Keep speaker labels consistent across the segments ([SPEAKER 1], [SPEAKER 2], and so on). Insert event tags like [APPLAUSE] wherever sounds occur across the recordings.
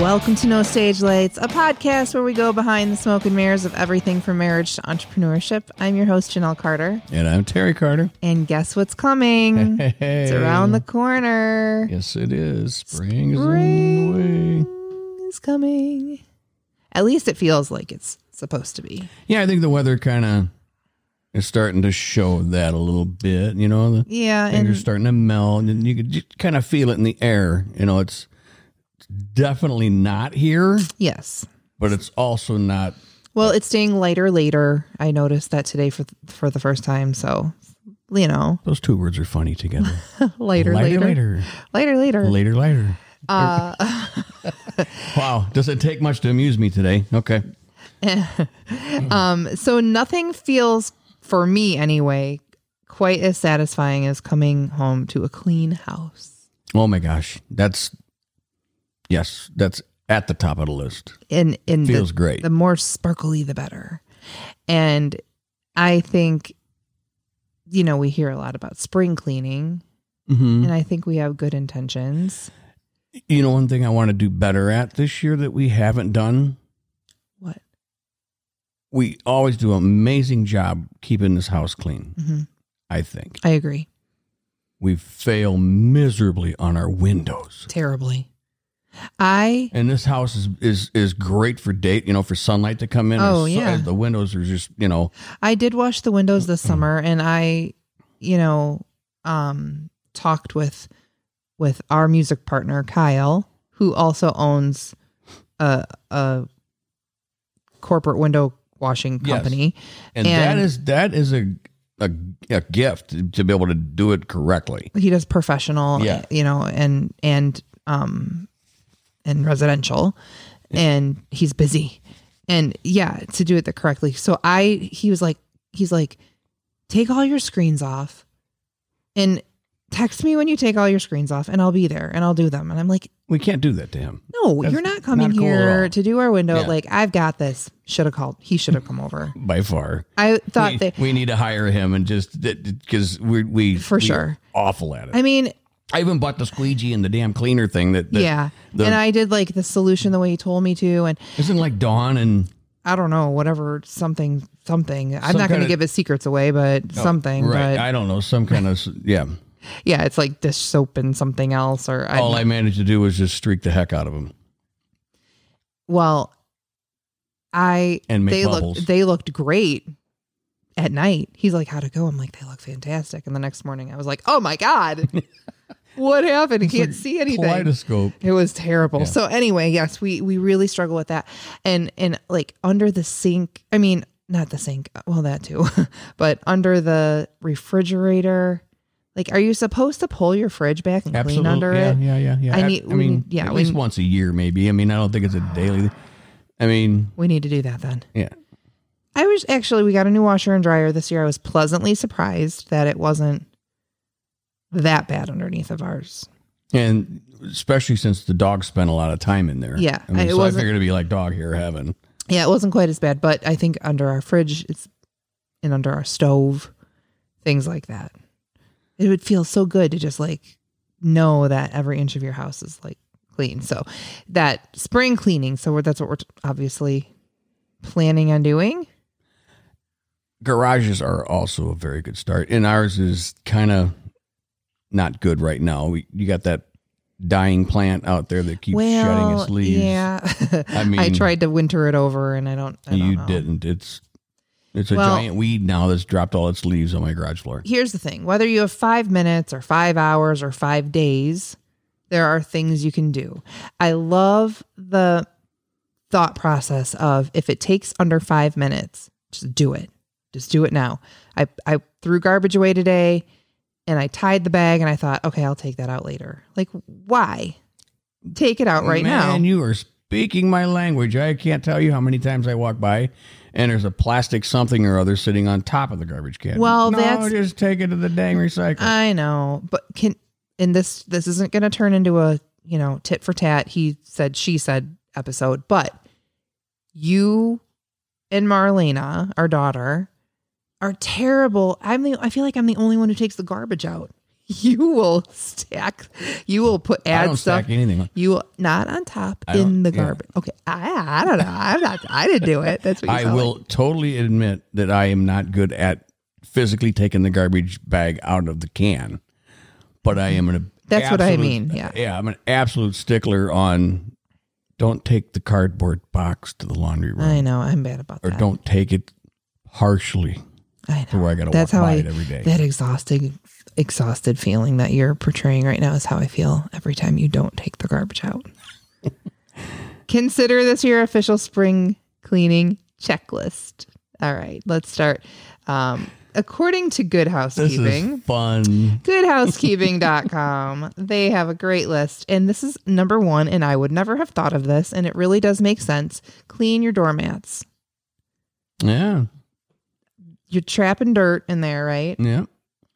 [SPEAKER 1] Welcome to No Stage Lights, a podcast where we go behind the smoke and mirrors of everything from marriage to entrepreneurship. I'm your host, Janelle Carter.
[SPEAKER 2] And I'm Terry Carter.
[SPEAKER 1] And guess what's coming?
[SPEAKER 2] [LAUGHS] Hey.
[SPEAKER 1] Mm-hmm. It's around the corner.
[SPEAKER 2] Yes, it is. Spring, is on the way.
[SPEAKER 1] Spring is coming. At least it feels like it's supposed to be.
[SPEAKER 2] Yeah, I think the weather kind of is starting to show that a little bit. You know, the
[SPEAKER 1] Yeah.
[SPEAKER 2] things are
[SPEAKER 1] And
[SPEAKER 2] starting to melt, and you can kind of feel it in the air. You know, it's definitely not here,
[SPEAKER 1] yes.
[SPEAKER 2] but it's also not.
[SPEAKER 1] Well, it's staying lighter later. I noticed that today for for the first time. So, you know,
[SPEAKER 2] Those two words are funny together.
[SPEAKER 1] [LAUGHS] lighter, [LAUGHS]
[SPEAKER 2] lighter,
[SPEAKER 1] later, later, Uh,
[SPEAKER 2] later,
[SPEAKER 1] later,
[SPEAKER 2] later, later. [LAUGHS] wow, does it take much to amuse me today? Okay.
[SPEAKER 1] [LAUGHS] Um, So nothing feels for me anyway quite as satisfying as coming home to a clean house.
[SPEAKER 2] Oh my gosh, that's yes, that's at the top of the list.
[SPEAKER 1] And and
[SPEAKER 2] Feels
[SPEAKER 1] the,
[SPEAKER 2] great.
[SPEAKER 1] the more sparkly the better. And I think you know, we hear a lot about spring cleaning
[SPEAKER 2] Mm-hmm.
[SPEAKER 1] and I think we have good intentions.
[SPEAKER 2] You know, one thing I want to do better at this year that we haven't done.
[SPEAKER 1] What?
[SPEAKER 2] We always do an amazing job keeping this house clean.
[SPEAKER 1] Mhm.
[SPEAKER 2] I think
[SPEAKER 1] I agree.
[SPEAKER 2] we fail miserably on our windows.
[SPEAKER 1] Terribly. I
[SPEAKER 2] And this house is, is is great for date, you know, for sunlight to come in.
[SPEAKER 1] Oh,
[SPEAKER 2] Or su-
[SPEAKER 1] yeah.
[SPEAKER 2] the windows are just, you know,
[SPEAKER 1] I did wash the windows this summer and I, you know, um talked with with our music partner Kyle, who also owns a a corporate window washing
[SPEAKER 2] Yes.
[SPEAKER 1] company.
[SPEAKER 2] and,
[SPEAKER 1] And-
[SPEAKER 2] that is that is a, a a gift to be able to do it correctly.
[SPEAKER 1] He does professional,
[SPEAKER 2] Yeah.
[SPEAKER 1] you know, and and um and residential and he's busy. And yeah, to do it the correctly. So I he was like he's like take all your screens off and text me when you take all your screens off and I'll be there and I'll do them. And I'm like,
[SPEAKER 2] We can't do that to him.
[SPEAKER 1] no,
[SPEAKER 2] That's
[SPEAKER 1] you're not coming
[SPEAKER 2] not cool at
[SPEAKER 1] here
[SPEAKER 2] all.
[SPEAKER 1] to do our window.
[SPEAKER 2] Yeah.
[SPEAKER 1] Like, I've got this. Should have called. He should have come over.
[SPEAKER 2] by far. [LAUGHS]
[SPEAKER 1] I thought
[SPEAKER 2] we,
[SPEAKER 1] that
[SPEAKER 2] we need to hire him and just because we we
[SPEAKER 1] For
[SPEAKER 2] we
[SPEAKER 1] sure.
[SPEAKER 2] awful at it.
[SPEAKER 1] I mean,
[SPEAKER 2] I even bought the squeegee and the damn cleaner thing that, that
[SPEAKER 1] yeah.
[SPEAKER 2] the-
[SPEAKER 1] and I did like the solution the way he told me to. And
[SPEAKER 2] isn't like Dawn and
[SPEAKER 1] I don't know, whatever, something, something. I'm not
[SPEAKER 2] Some
[SPEAKER 1] going to
[SPEAKER 2] kinda- Oh,
[SPEAKER 1] give his secrets away, but something.
[SPEAKER 2] right.
[SPEAKER 1] But
[SPEAKER 2] I don't know some
[SPEAKER 1] [LAUGHS]
[SPEAKER 2] kind of s- yeah.
[SPEAKER 1] yeah, it's like dish soap and something else. Or I,
[SPEAKER 2] All I managed to do was just streak the heck out of him.
[SPEAKER 1] well, I
[SPEAKER 2] And make
[SPEAKER 1] they
[SPEAKER 2] bubbles.
[SPEAKER 1] looked they looked great at night. He's like, "How'd it go?" I'm like, "They look fantastic." And the next morning, I was like, "Oh my
[SPEAKER 2] [LAUGHS]
[SPEAKER 1] god, what happened? I can't see anything."
[SPEAKER 2] Kaleidoscope.
[SPEAKER 1] It was terrible. So anyway, yes, we we really struggle with that, and and like under the sink. I mean, not the sink. Well, that too, [LAUGHS] but under the refrigerator. Like, are you supposed to pull your fridge back and
[SPEAKER 2] Absolutely.
[SPEAKER 1] clean under
[SPEAKER 2] yeah,
[SPEAKER 1] it?
[SPEAKER 2] yeah, yeah, yeah.
[SPEAKER 1] I
[SPEAKER 2] Ab-
[SPEAKER 1] need- we
[SPEAKER 2] mean,
[SPEAKER 1] need- yeah,
[SPEAKER 2] at
[SPEAKER 1] we
[SPEAKER 2] least
[SPEAKER 1] need-
[SPEAKER 2] once a year, maybe. I mean, I don't think it's a daily. I mean,
[SPEAKER 1] We need to do that then.
[SPEAKER 2] yeah.
[SPEAKER 1] I was actually we got a new washer and dryer this year. I was pleasantly surprised that it wasn't that bad underneath of ours.
[SPEAKER 2] And especially since the dog spent a lot of time in there.
[SPEAKER 1] Yeah,
[SPEAKER 2] I mean,
[SPEAKER 1] it
[SPEAKER 2] so I
[SPEAKER 1] wasn't-
[SPEAKER 2] figured it'd be like dog hair heaven.
[SPEAKER 1] Yeah, it wasn't quite as bad, but I think under our fridge, it's and under our stove, things like that. It would feel so good to just like know that every inch of your house is like clean. So that spring cleaning. So we're, that's what we're t- obviously planning on doing.
[SPEAKER 2] garages are also a very good start and ours is kind of not good right now we, you got that dying plant out there that keeps shedding its leaves
[SPEAKER 1] yeah. [LAUGHS] I I
[SPEAKER 2] mean-
[SPEAKER 1] tried to winter it over, and I don't. I don't
[SPEAKER 2] you
[SPEAKER 1] know.
[SPEAKER 2] didn't it's it's a
[SPEAKER 1] Well-
[SPEAKER 2] giant weed now that's dropped all its leaves on my garage floor
[SPEAKER 1] here's the thing whether you have five minutes or five hours or five days, there are things you can do. I love the thought process of if it takes under five minutes, just do it. Just do it now. I, I threw garbage away today and I tied the bag and I thought, okay, I'll take that out later. Like, why? Take it out right now.
[SPEAKER 2] man you are speaking my language i can't tell you how many times i walk by and there's a plastic something or other sitting on top of the garbage can
[SPEAKER 1] Well,
[SPEAKER 2] no,
[SPEAKER 1] that's- Uh,
[SPEAKER 2] just take it to the dang recycle
[SPEAKER 1] I know, but can and this this isn't going to turn into a you know tit for tat. He said, she said episode, but you and Marlena, our daughter, are terrible. I'm the I feel like I'm the only one who takes the garbage out. [LAUGHS] you will stack, you will put
[SPEAKER 2] I
[SPEAKER 1] add
[SPEAKER 2] don't
[SPEAKER 1] stuff.
[SPEAKER 2] stack anything.
[SPEAKER 1] You will not on top
[SPEAKER 2] I
[SPEAKER 1] in
[SPEAKER 2] don't-
[SPEAKER 1] the
[SPEAKER 2] yeah.
[SPEAKER 1] garbage. Okay, I, I don't know. I'm not. I didn't do it. That's what you
[SPEAKER 2] I
[SPEAKER 1] sound
[SPEAKER 2] will
[SPEAKER 1] like.
[SPEAKER 2] totally admit that I am not good at physically taking the garbage bag out of the can, but I am an.
[SPEAKER 1] That's what I
[SPEAKER 2] absolute-
[SPEAKER 1] mean, yeah.
[SPEAKER 2] Yeah. I'm an absolute stickler on don't take the cardboard box to the laundry room
[SPEAKER 1] I know. I'm bad about
[SPEAKER 2] or
[SPEAKER 1] that.
[SPEAKER 2] don't take it harshly
[SPEAKER 1] I
[SPEAKER 2] to
[SPEAKER 1] know.
[SPEAKER 2] where I got to walk
[SPEAKER 1] That's
[SPEAKER 2] by
[SPEAKER 1] how I.
[SPEAKER 2] it every day.
[SPEAKER 1] That exhausting, exhausted feeling that you're portraying right now is how I feel every time you don't take the garbage
[SPEAKER 2] [LAUGHS]
[SPEAKER 1] out. Consider this your official spring cleaning checklist. All right, let's start. Um, according to Good
[SPEAKER 2] this
[SPEAKER 1] Housekeeping.
[SPEAKER 2] is fun. [LAUGHS]
[SPEAKER 1] goodhousekeeping.com. they have a great list. And this is number one. And I would never have thought of this. And it really does make sense. Clean your doormats.
[SPEAKER 2] Yeah.
[SPEAKER 1] You're trapping dirt in there, right?
[SPEAKER 2] Yeah.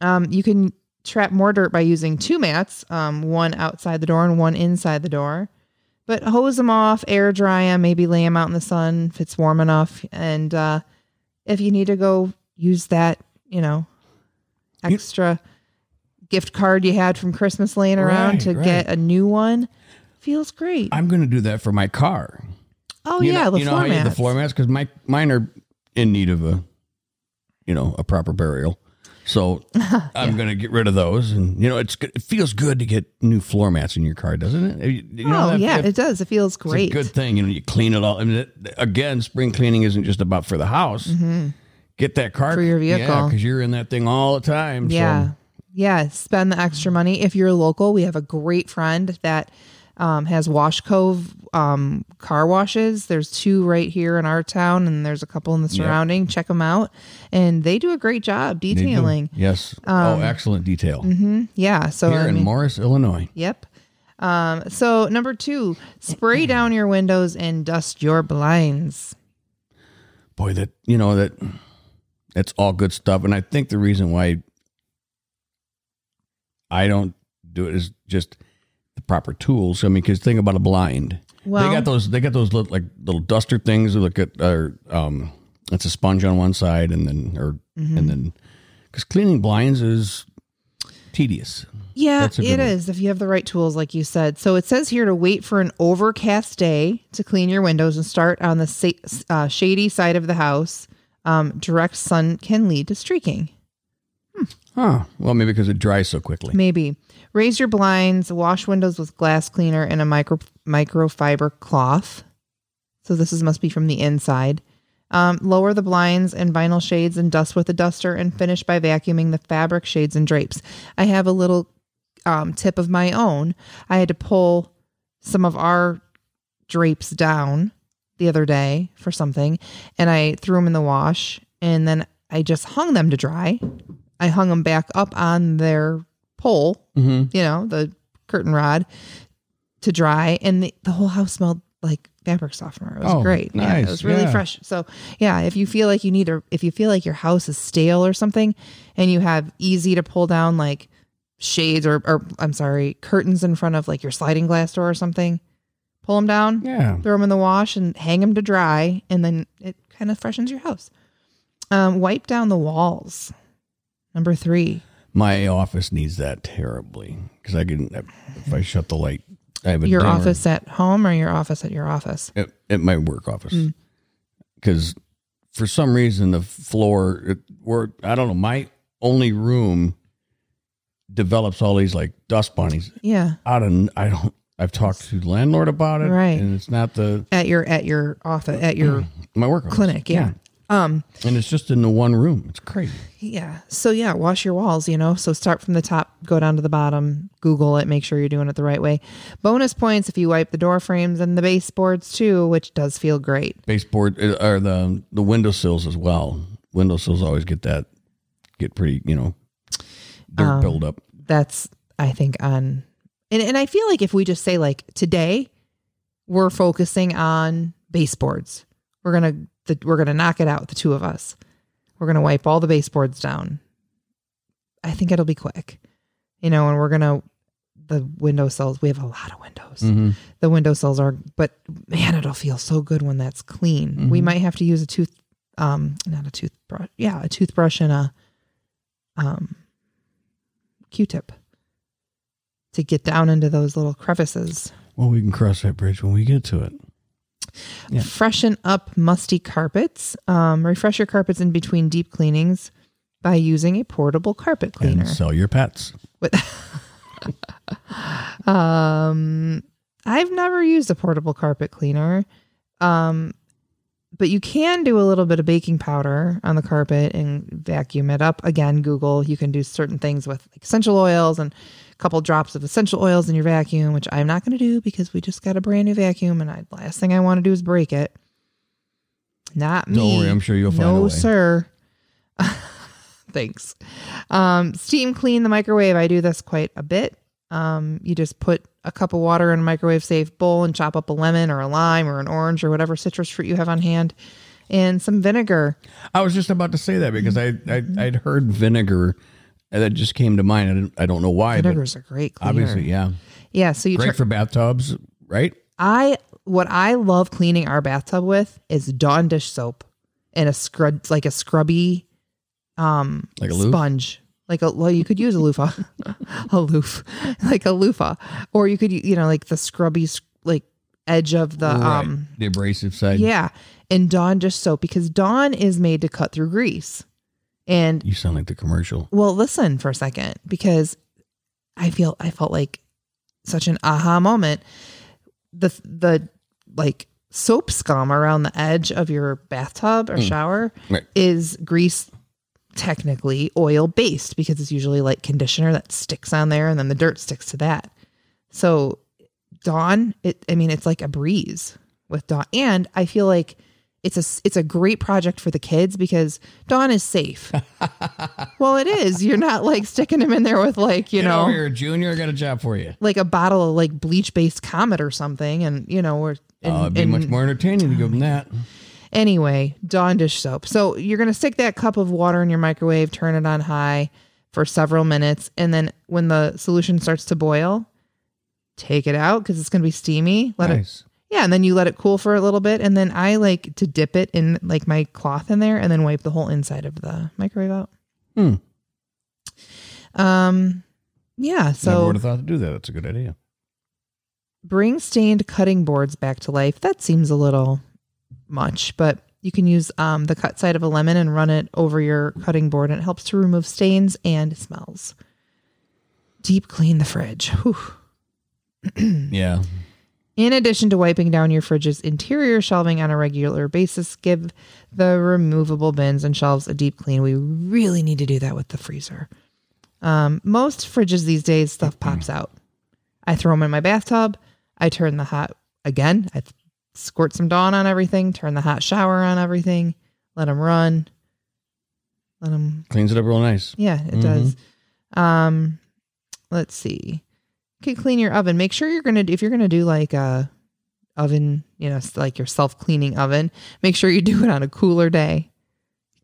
[SPEAKER 1] Um, you can trap more dirt by using two mats, um, one outside the door and one inside the door. But hose them off, air dry them, maybe lay them out in the sun if it's warm enough. And uh, if you need to go use that, you know,
[SPEAKER 2] You-
[SPEAKER 1] extra gift card you had from Christmas laying around
[SPEAKER 2] Right,
[SPEAKER 1] to
[SPEAKER 2] right.
[SPEAKER 1] get a new one, feels great.
[SPEAKER 2] I'm going to do that for my car.
[SPEAKER 1] oh,
[SPEAKER 2] You
[SPEAKER 1] yeah,
[SPEAKER 2] know,
[SPEAKER 1] the
[SPEAKER 2] you know
[SPEAKER 1] floor
[SPEAKER 2] how you-
[SPEAKER 1] mats.
[SPEAKER 2] the floor mats because my mine are in need of a, you know, a proper burial.
[SPEAKER 1] [LAUGHS]
[SPEAKER 2] So I'm gonna get rid of those, and you know, it's good- it feels good to get new floor mats in your car, doesn't it? You- you know,
[SPEAKER 1] oh,
[SPEAKER 2] that-
[SPEAKER 1] yeah,
[SPEAKER 2] that-
[SPEAKER 1] it does. It feels
[SPEAKER 2] it's a
[SPEAKER 1] great.
[SPEAKER 2] good thing. You know, you clean it all. I mean, that- again, spring cleaning isn't just about for the house. Get that car
[SPEAKER 1] Mm-hmm. For your vehicle.
[SPEAKER 2] because you're in that thing all the time.
[SPEAKER 1] Yeah.
[SPEAKER 2] so,
[SPEAKER 1] Yeah. Spend the extra money. If you're local, we have a great friend that um, has Wash Cove um, car washes. There's two right here in our town, and there's a couple in the surrounding. Check them out. And they do a great job
[SPEAKER 2] they do.
[SPEAKER 1] detailing. Mm-hmm.
[SPEAKER 2] Yes. oh, excellent detail
[SPEAKER 1] Yeah. So,
[SPEAKER 2] here
[SPEAKER 1] I
[SPEAKER 2] in
[SPEAKER 1] mean,
[SPEAKER 2] Morris, Illinois.
[SPEAKER 1] yep. Um, so, number two, spray down your windows and dust your blinds.
[SPEAKER 2] boy that you know that that's all good stuff and i think the reason why i don't do it is just the proper tools i mean because think about a blind
[SPEAKER 1] Well-
[SPEAKER 2] they got those they got those little, like little duster things that look at or um it's a sponge on one side and then or
[SPEAKER 1] mm-hmm.
[SPEAKER 2] and then because cleaning blinds is tedious
[SPEAKER 1] Yeah,
[SPEAKER 2] That's
[SPEAKER 1] it
[SPEAKER 2] a
[SPEAKER 1] is
[SPEAKER 2] good one.
[SPEAKER 1] if you have the right tools, like you said. So it says here to wait for an overcast day to clean your windows and start on the sa- uh, shady side of the house. Um, direct sun can lead to streaking.
[SPEAKER 2] huh well maybe because it dries so quickly
[SPEAKER 1] Maybe raise your blinds, wash windows with glass cleaner and a micro microfiber cloth. So this is must be from the inside. Um, lower the blinds and vinyl shades and dust with a duster and finish by vacuuming the fabric shades and drapes. I have a little um, tip of my own. I had to pull some of our drapes down the other day for something and I threw them in the wash and then I just hung them to dry. I hung them back up on their pole,
[SPEAKER 2] mm-hmm.
[SPEAKER 1] you know, the curtain rod to dry and the, the whole house smelled like fabric softener. It was
[SPEAKER 2] Oh,
[SPEAKER 1] great. Yeah, it
[SPEAKER 2] nice.
[SPEAKER 1] was really
[SPEAKER 2] Yeah.
[SPEAKER 1] fresh. So, yeah, if you feel like you need to if you feel like your house is stale or something and you have easy to pull down like shades or or I'm sorry, curtains in front of like your sliding glass door or something, pull them down
[SPEAKER 2] yeah
[SPEAKER 1] throw them in the wash and hang them to dry and then it kind of freshens your house um, wipe down the walls number three
[SPEAKER 2] my office needs that terribly because i can if i shut the light i have a
[SPEAKER 1] your
[SPEAKER 2] dimmer.
[SPEAKER 1] office at home or your office at your office
[SPEAKER 2] at, at my work office
[SPEAKER 1] Mm.
[SPEAKER 2] because for some reason the floor it, where I don't know my only room develops all these like dust bunnies
[SPEAKER 1] yeah
[SPEAKER 2] out of I don't I've talked to the landlord about it
[SPEAKER 1] Right.
[SPEAKER 2] and it's not the
[SPEAKER 1] at your at your office at your
[SPEAKER 2] my work office.
[SPEAKER 1] clinic yeah. um
[SPEAKER 2] and it's just in the one room it's crazy
[SPEAKER 1] yeah so yeah wash your walls you know so start from the top go down to the bottom google it make sure you're doing it the right way bonus points if you wipe the door frames and the baseboards too which does feel great
[SPEAKER 2] baseboard uh, or the the windowsills as well windowsills always get that get pretty you know dirt
[SPEAKER 1] Oh.
[SPEAKER 2] buildup
[SPEAKER 1] that's I think on and, and I feel like if we just say like today we're focusing on baseboards. We're gonna the, we're gonna knock it out, the two of us. We're gonna wipe all the baseboards down. I think it'll be quick. You know, and we're gonna the windowsills, we have a lot of windows.
[SPEAKER 2] Mm-hmm.
[SPEAKER 1] The windowsills are but man, it'll feel so good when that's clean. We might have to use a tooth um not a toothbrush. Yeah, a toothbrush and a um Q-tip to get down into those little crevices.
[SPEAKER 2] Well, we can cross that bridge when we get to it.
[SPEAKER 1] Freshen up musty carpets. Um, refresh your carpets in between deep cleanings by using a portable carpet cleaner.
[SPEAKER 2] And sell your pets.
[SPEAKER 1] Um, I've never used a portable carpet cleaner. Um, but you can do a little bit of baking powder on the carpet and vacuum it up. Again, Google, you can do certain things with like essential oils and a couple drops of essential oils in your vacuum, which I'm not going to do because we just got a brand new vacuum and I last thing I want to do is break it. Not me.
[SPEAKER 2] Don't worry, I'm sure you'll find
[SPEAKER 1] no,
[SPEAKER 2] a way.
[SPEAKER 1] sir. [LAUGHS] Thanks. Um, steam clean the microwave. I do this quite a bit. Um, you just put a cup of water in a microwave safe bowl and chop up a lemon or a lime or an orange or whatever citrus fruit you have on hand and some vinegar.
[SPEAKER 2] I was just about to say that because I, I I'd heard vinegar, and that just came to mind. I, didn't, I don't know why, but
[SPEAKER 1] Vinegar's a great cleaner.
[SPEAKER 2] obviously, yeah,
[SPEAKER 1] Yeah, so you turn,
[SPEAKER 2] great for bathtubs, right?
[SPEAKER 1] I what I love cleaning our bathtub with is Dawn dish soap and a scrub like a scrubby um
[SPEAKER 2] Like a loof?
[SPEAKER 1] sponge. Like a well, you could use a loofah. [LAUGHS] a loof. Like a loofah. [LAUGHS] Or you could u- you know like the scrubby sc- like edge of the um
[SPEAKER 2] right. The abrasive side.
[SPEAKER 1] yeah, and Dawn dish soap because Dawn is made to cut through grease. And
[SPEAKER 2] You sound like the commercial.
[SPEAKER 1] well, listen for a second because I feel I felt like such an aha moment. The the like soap scum around the edge of your bathtub or shower
[SPEAKER 2] Hmm. Right.
[SPEAKER 1] is grease technically oil based because it's usually like conditioner that sticks on there and then the dirt sticks to that. So Dawn, it I mean it's like a breeze with Dawn and I feel like it's a s- it's a great project for the kids because Dawn is
[SPEAKER 2] [LAUGHS]
[SPEAKER 1] safe. well, it is. You're not like sticking him in there with like, you
[SPEAKER 2] Get
[SPEAKER 1] know,
[SPEAKER 2] over here, Junior. I got a job for you.
[SPEAKER 1] like a bottle of like bleach based comet or something and you know, we're and,
[SPEAKER 2] Uh, it'd be
[SPEAKER 1] and-
[SPEAKER 2] much more entertaining to go than that.
[SPEAKER 1] Anyway, Dawn dish soap. So you're going to stick that cup of water in your microwave, turn it on high for several minutes, and then when the solution starts to boil, take it out because it's going to be steamy. Let it,
[SPEAKER 2] Nice.
[SPEAKER 1] yeah, and then you let it cool for a little bit, and then I like to dip it in like my cloth in there, and then wipe the whole inside of the microwave out.
[SPEAKER 2] Hmm.
[SPEAKER 1] Um, yeah.
[SPEAKER 2] Never
[SPEAKER 1] So
[SPEAKER 2] would have thought to do that. That's a good idea.
[SPEAKER 1] bring stained cutting boards back to life. That seems a little much, but you can use um, the cut side of a lemon and run it over your cutting board, and it helps to remove stains and smells. Deep clean the fridge. Whew. Mm.
[SPEAKER 2] Yeah.
[SPEAKER 1] In addition to wiping down your fridge's interior shelving on a regular basis, give the removable bins and shelves a deep clean. We really need to do that with the freezer. Um, most fridges these days, stuff pops out. I throw them in my bathtub. I turn the hot again. I squirt some Dawn on everything. Turn the hot shower on everything. Let them run. Let them
[SPEAKER 2] Cleans it up real nice.
[SPEAKER 1] yeah, it does. Um, let's see. You can clean your oven. Make sure you're gonna if you're gonna do like a oven, you know, s- like your self cleaning oven. Make sure you do it on a cooler day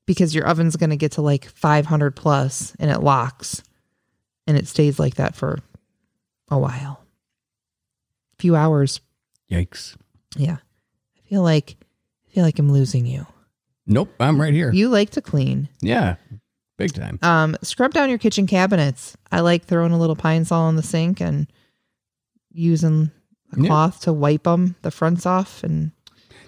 [SPEAKER 1] because your oven's gonna get to like 500 plus and it locks and it stays like that for a while, few hours.
[SPEAKER 2] Yikes.
[SPEAKER 1] Yeah, I feel like I feel like I'm losing you.
[SPEAKER 2] Nope. I'm right here.
[SPEAKER 1] You like to clean.
[SPEAKER 2] Yeah. Big time.
[SPEAKER 1] Um, scrub down your kitchen cabinets. I like throwing a little pine sol in the sink and using a
[SPEAKER 2] Yeah.
[SPEAKER 1] cloth to wipe them, the fronts off, and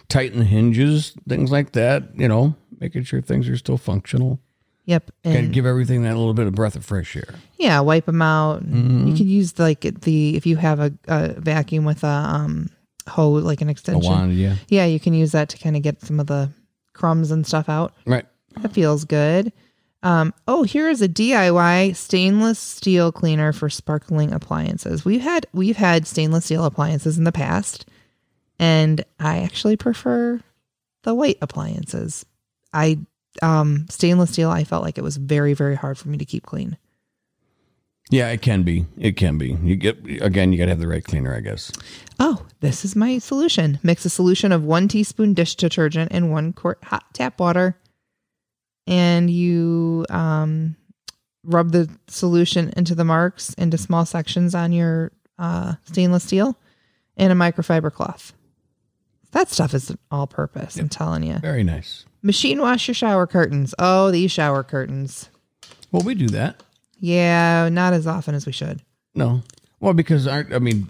[SPEAKER 2] Tighten hinges, things like that, you know, making sure things are still functional.
[SPEAKER 1] yep,
[SPEAKER 2] Got to
[SPEAKER 1] and
[SPEAKER 2] give everything that little bit of breath of fresh air.
[SPEAKER 1] yeah, wipe them out.
[SPEAKER 2] Mm-hmm.
[SPEAKER 1] You could use like the if you have a, a vacuum with a um hose, like an
[SPEAKER 2] A
[SPEAKER 1] extension.
[SPEAKER 2] wand, yeah.
[SPEAKER 1] Yeah, you can use that to kind of get some of the crumbs and stuff out.
[SPEAKER 2] Right.
[SPEAKER 1] That feels good. Um, oh, here is a DIY stainless steel cleaner for sparkling appliances. We've had we've had stainless steel appliances in the past, and I actually prefer the white appliances. I um, stainless steel. I felt like it was very very hard for me to keep clean.
[SPEAKER 2] Yeah, it can be. It can be. You get again, you got to have the right cleaner, I guess.
[SPEAKER 1] Oh, this is my solution. Mix a solution of one teaspoon dish detergent and one quart hot tap water, and you um, rub the solution into the marks into small sections on your uh, stainless steel and a microfiber cloth. That stuff is all purpose, I'm telling you.
[SPEAKER 2] Very nice.
[SPEAKER 1] Machine wash your shower curtains. Oh, these shower curtains.
[SPEAKER 2] Well, we do that.
[SPEAKER 1] Yeah, not as often as we should.
[SPEAKER 2] No. Well, because I, I mean,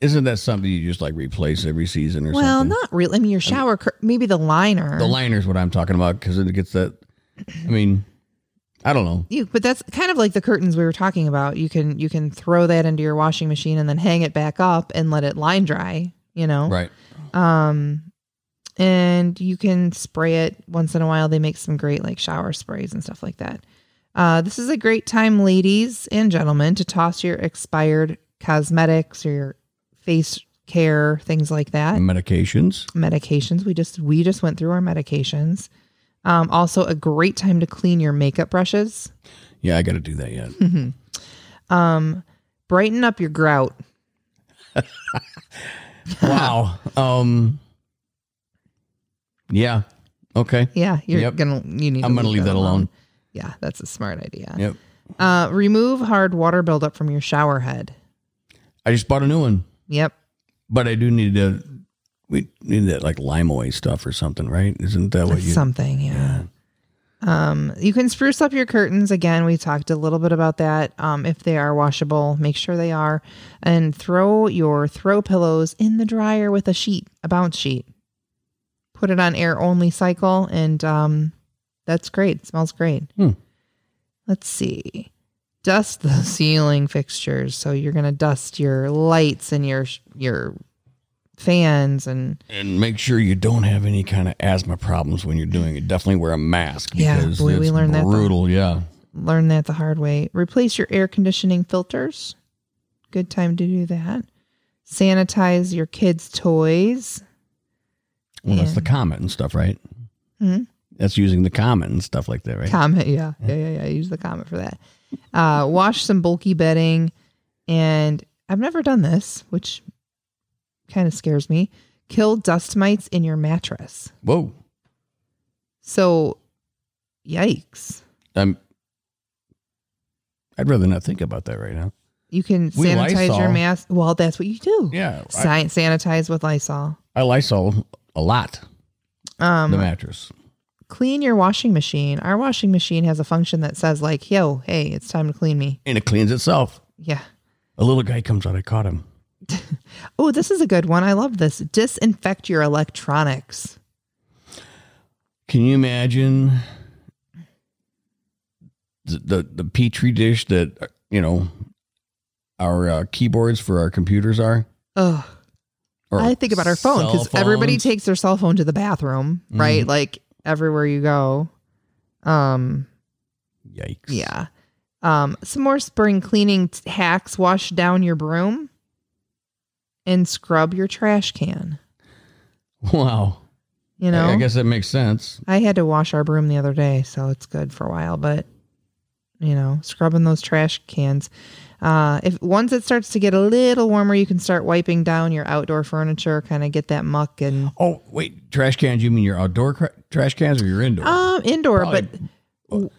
[SPEAKER 2] isn't that something you just like replace every season or
[SPEAKER 1] Well,
[SPEAKER 2] something?
[SPEAKER 1] not really. I mean, your shower, cur- maybe the liner.
[SPEAKER 2] The liner's what I'm talking about because it gets that. I mean, I don't know.
[SPEAKER 1] you, but that's kind of like the curtains we were talking about. You can you can throw that into your washing machine and then hang it back up and let it line dry. You know,
[SPEAKER 2] Right.
[SPEAKER 1] Um, and you can spray it once in a while. They make some great like shower sprays and stuff like that. Uh, this is a great time, ladies and gentlemen, to toss your expired cosmetics or your face care things like
[SPEAKER 2] Mm.
[SPEAKER 1] that.
[SPEAKER 2] Medications.
[SPEAKER 1] Medications. We just we just went through our medications. Um, also, a great time to clean your makeup brushes.
[SPEAKER 2] Yeah, I got to do
[SPEAKER 1] [LAUGHS]
[SPEAKER 2] that yet.
[SPEAKER 1] Um, brighten up your grout.
[SPEAKER 2] wow. Um. Yeah. Okay.
[SPEAKER 1] Yeah, you're
[SPEAKER 2] Yep.
[SPEAKER 1] gonna you need.
[SPEAKER 2] I'm gonna leave that alone.
[SPEAKER 1] Yeah, that's a smart idea.
[SPEAKER 2] Yep.
[SPEAKER 1] Uh, remove hard water buildup from your shower head.
[SPEAKER 2] I just bought a new one,
[SPEAKER 1] Yep.
[SPEAKER 2] but I do need to. We need that like lime away stuff or something, right? Isn't that what
[SPEAKER 1] It's
[SPEAKER 2] you?
[SPEAKER 1] something, yeah. Um, you can spruce up your curtains again. We talked a little bit about that. Um, if they are washable, make sure they are, and throw your throw pillows in the dryer with a sheet, a bounce sheet. Put it on air only cycle, and um, that's great. It smells great.
[SPEAKER 2] Hmm.
[SPEAKER 1] Let's see. Dust the [LAUGHS] ceiling fixtures. So you're gonna dust your lights and your your fans and
[SPEAKER 2] and make sure you don't have any kind of asthma problems when you're doing it. Definitely wear a mask
[SPEAKER 1] Yeah,
[SPEAKER 2] because
[SPEAKER 1] boy,
[SPEAKER 2] it's
[SPEAKER 1] we learned that the-
[SPEAKER 2] brutal. yeah.
[SPEAKER 1] learn that the hard way. Replace your air conditioning filters. Good time to do that. Sanitize your kids' toys.
[SPEAKER 2] Well, that's the
[SPEAKER 1] And-
[SPEAKER 2] comet and stuff, right?
[SPEAKER 1] Hmm?
[SPEAKER 2] That's using the comet and stuff like that, right?
[SPEAKER 1] Comment, yeah, yeah, yeah, yeah. Use the comment for that. Uh, wash some bulky bedding, and I've never done this, which kind of scares me. Kill dust mites in your mattress.
[SPEAKER 2] Whoa.
[SPEAKER 1] So, yikes!
[SPEAKER 2] Um, I'd rather not think about that right now.
[SPEAKER 1] You can
[SPEAKER 2] We
[SPEAKER 1] sanitize your
[SPEAKER 2] Lysol.
[SPEAKER 1] mask. Well, that's what you do.
[SPEAKER 2] Yeah. I,
[SPEAKER 1] Sci- sanitize with Lysol.
[SPEAKER 2] I Lysol a lot,
[SPEAKER 1] Um,
[SPEAKER 2] the mattress.
[SPEAKER 1] clean your washing machine. Our washing machine has a function that says like, "Yo, hey, it's time to clean me."
[SPEAKER 2] And it cleans itself.
[SPEAKER 1] Yeah.
[SPEAKER 2] A little guy comes out. I caught him.
[SPEAKER 1] Oh, this is a good one. I love this. Disinfect your electronics.
[SPEAKER 2] Can you imagine the, the, the petri dish that, uh, you know, our uh, keyboards for our computers are?
[SPEAKER 1] Ugh.
[SPEAKER 2] Or
[SPEAKER 1] I think about our phone
[SPEAKER 2] cell
[SPEAKER 1] because everybody
[SPEAKER 2] phones? Mm-hmm.
[SPEAKER 1] takes their cell phone to the bathroom, right? Like everywhere you go. Um.
[SPEAKER 2] Yikes.
[SPEAKER 1] Yeah. Um. Some more spring cleaning t- hacks: wash down your broom, and scrub your trash can.
[SPEAKER 2] Wow.
[SPEAKER 1] You know.
[SPEAKER 2] I, I guess that makes sense.
[SPEAKER 1] I had to wash our broom the other day, so it's good for a while, but you know, scrubbing those trash cans. Uh, if once it starts to get a little warmer, you can start wiping down your outdoor furniture, kind of get that muck and
[SPEAKER 2] Oh, wait, trash cans. You mean your outdoor cra- trash cans or your indoor?
[SPEAKER 1] um indoor, but
[SPEAKER 2] Probably-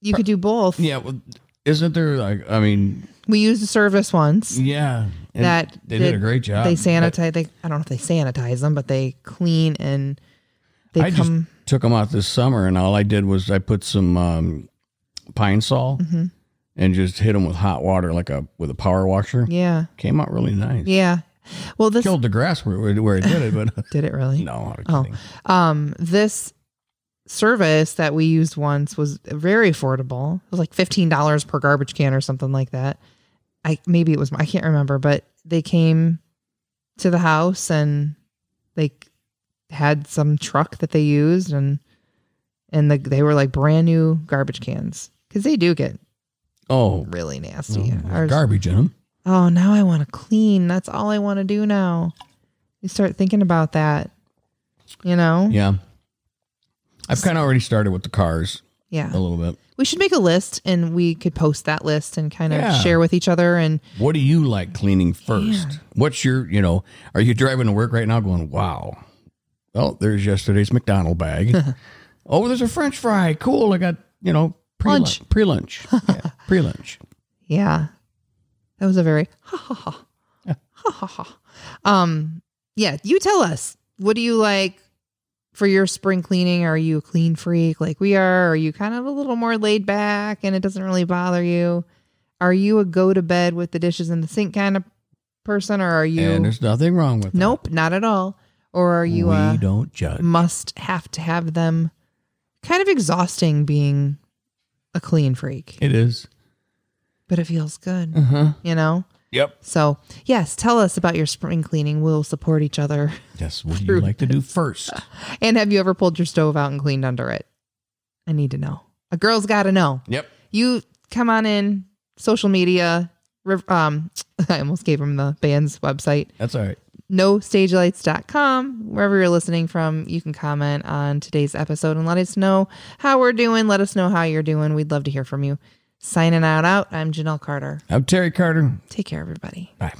[SPEAKER 1] you could do both.
[SPEAKER 2] yeah. Well, isn't there like? I mean,
[SPEAKER 1] We used a service once
[SPEAKER 2] yeah. and
[SPEAKER 1] that
[SPEAKER 2] they did, a great job.
[SPEAKER 1] They sanitize. They I don't know if they sanitize them, but they clean and they
[SPEAKER 2] I just
[SPEAKER 1] come.
[SPEAKER 2] took them out this summer, and all I did was I put some um, pine sol
[SPEAKER 1] mm-hmm,
[SPEAKER 2] and just hit them with hot water, like a with a power washer.
[SPEAKER 1] yeah,
[SPEAKER 2] Came out really nice.
[SPEAKER 1] yeah. Well, this
[SPEAKER 2] Killed the grass where, where where it did it, but uh,
[SPEAKER 1] did it really.
[SPEAKER 2] [LAUGHS] no, I'm
[SPEAKER 1] Oh.
[SPEAKER 2] kidding.
[SPEAKER 1] um this service that we used once was very affordable it was like $15 per garbage can or something like that i maybe it was i can't remember but they came to the house and they had some truck that they used and and the, they were like brand new garbage cans because they do get
[SPEAKER 2] Oh,
[SPEAKER 1] really
[SPEAKER 2] no,
[SPEAKER 1] nasty
[SPEAKER 2] there's
[SPEAKER 1] Ours-
[SPEAKER 2] garbage in them.
[SPEAKER 1] oh now i want to clean that's all i want to do now you start thinking about that you know
[SPEAKER 2] Yeah, I've kind of already started with the cars
[SPEAKER 1] yeah.
[SPEAKER 2] a little bit.
[SPEAKER 1] We should make a list and we could post that list and kind of
[SPEAKER 2] Yeah.
[SPEAKER 1] share with each other. And
[SPEAKER 2] What do you like cleaning first? What's your, you know, are you driving to work right now going, wow, well, there's yesterday's
[SPEAKER 1] [LAUGHS]
[SPEAKER 2] McDonald bag. oh, there's a french fry. Cool. I got, you know, pre lunch.
[SPEAKER 1] Lunch.
[SPEAKER 2] Pre lunch.
[SPEAKER 1] [LAUGHS]
[SPEAKER 2] Yeah, pre lunch.
[SPEAKER 1] yeah, that was a very ha ha ha. ha ha ha. Um, yeah, you tell us. What do you like for your spring cleaning? Are you a clean freak like we are? Are you kind of a little more laid back and it doesn't really bother you? Are you a go to bed with the dishes in the sink kind of person, or are you
[SPEAKER 2] and there's nothing wrong with
[SPEAKER 1] nope, not at all? Or are
[SPEAKER 2] that.
[SPEAKER 1] you uh,
[SPEAKER 2] we
[SPEAKER 1] a
[SPEAKER 2] don't judge.
[SPEAKER 1] must have to have them? Kind of exhausting being a clean freak,
[SPEAKER 2] It is.
[SPEAKER 1] but it feels good,
[SPEAKER 2] Uh huh.
[SPEAKER 1] you know.
[SPEAKER 2] Yep.
[SPEAKER 1] So yes, tell us about your spring cleaning. We'll support each other. [LAUGHS]
[SPEAKER 2] That's what you
[SPEAKER 1] Through
[SPEAKER 2] like to do first.
[SPEAKER 1] And have you ever pulled your stove out and cleaned under it? I need to know. A girl's got to know.
[SPEAKER 2] Yep.
[SPEAKER 1] You come on in, social media. Riv- Um, [LAUGHS] I almost gave him the band's website,
[SPEAKER 2] That's all right.
[SPEAKER 1] nostagelights.com. Wherever you're listening from, you can comment on today's episode and let us know how we're doing. Let us know how you're doing. We'd love to hear from you. Signing out, out. I'm Janelle Carter.
[SPEAKER 2] I'm Terry Carter.
[SPEAKER 1] Take care, everybody.
[SPEAKER 2] Bye.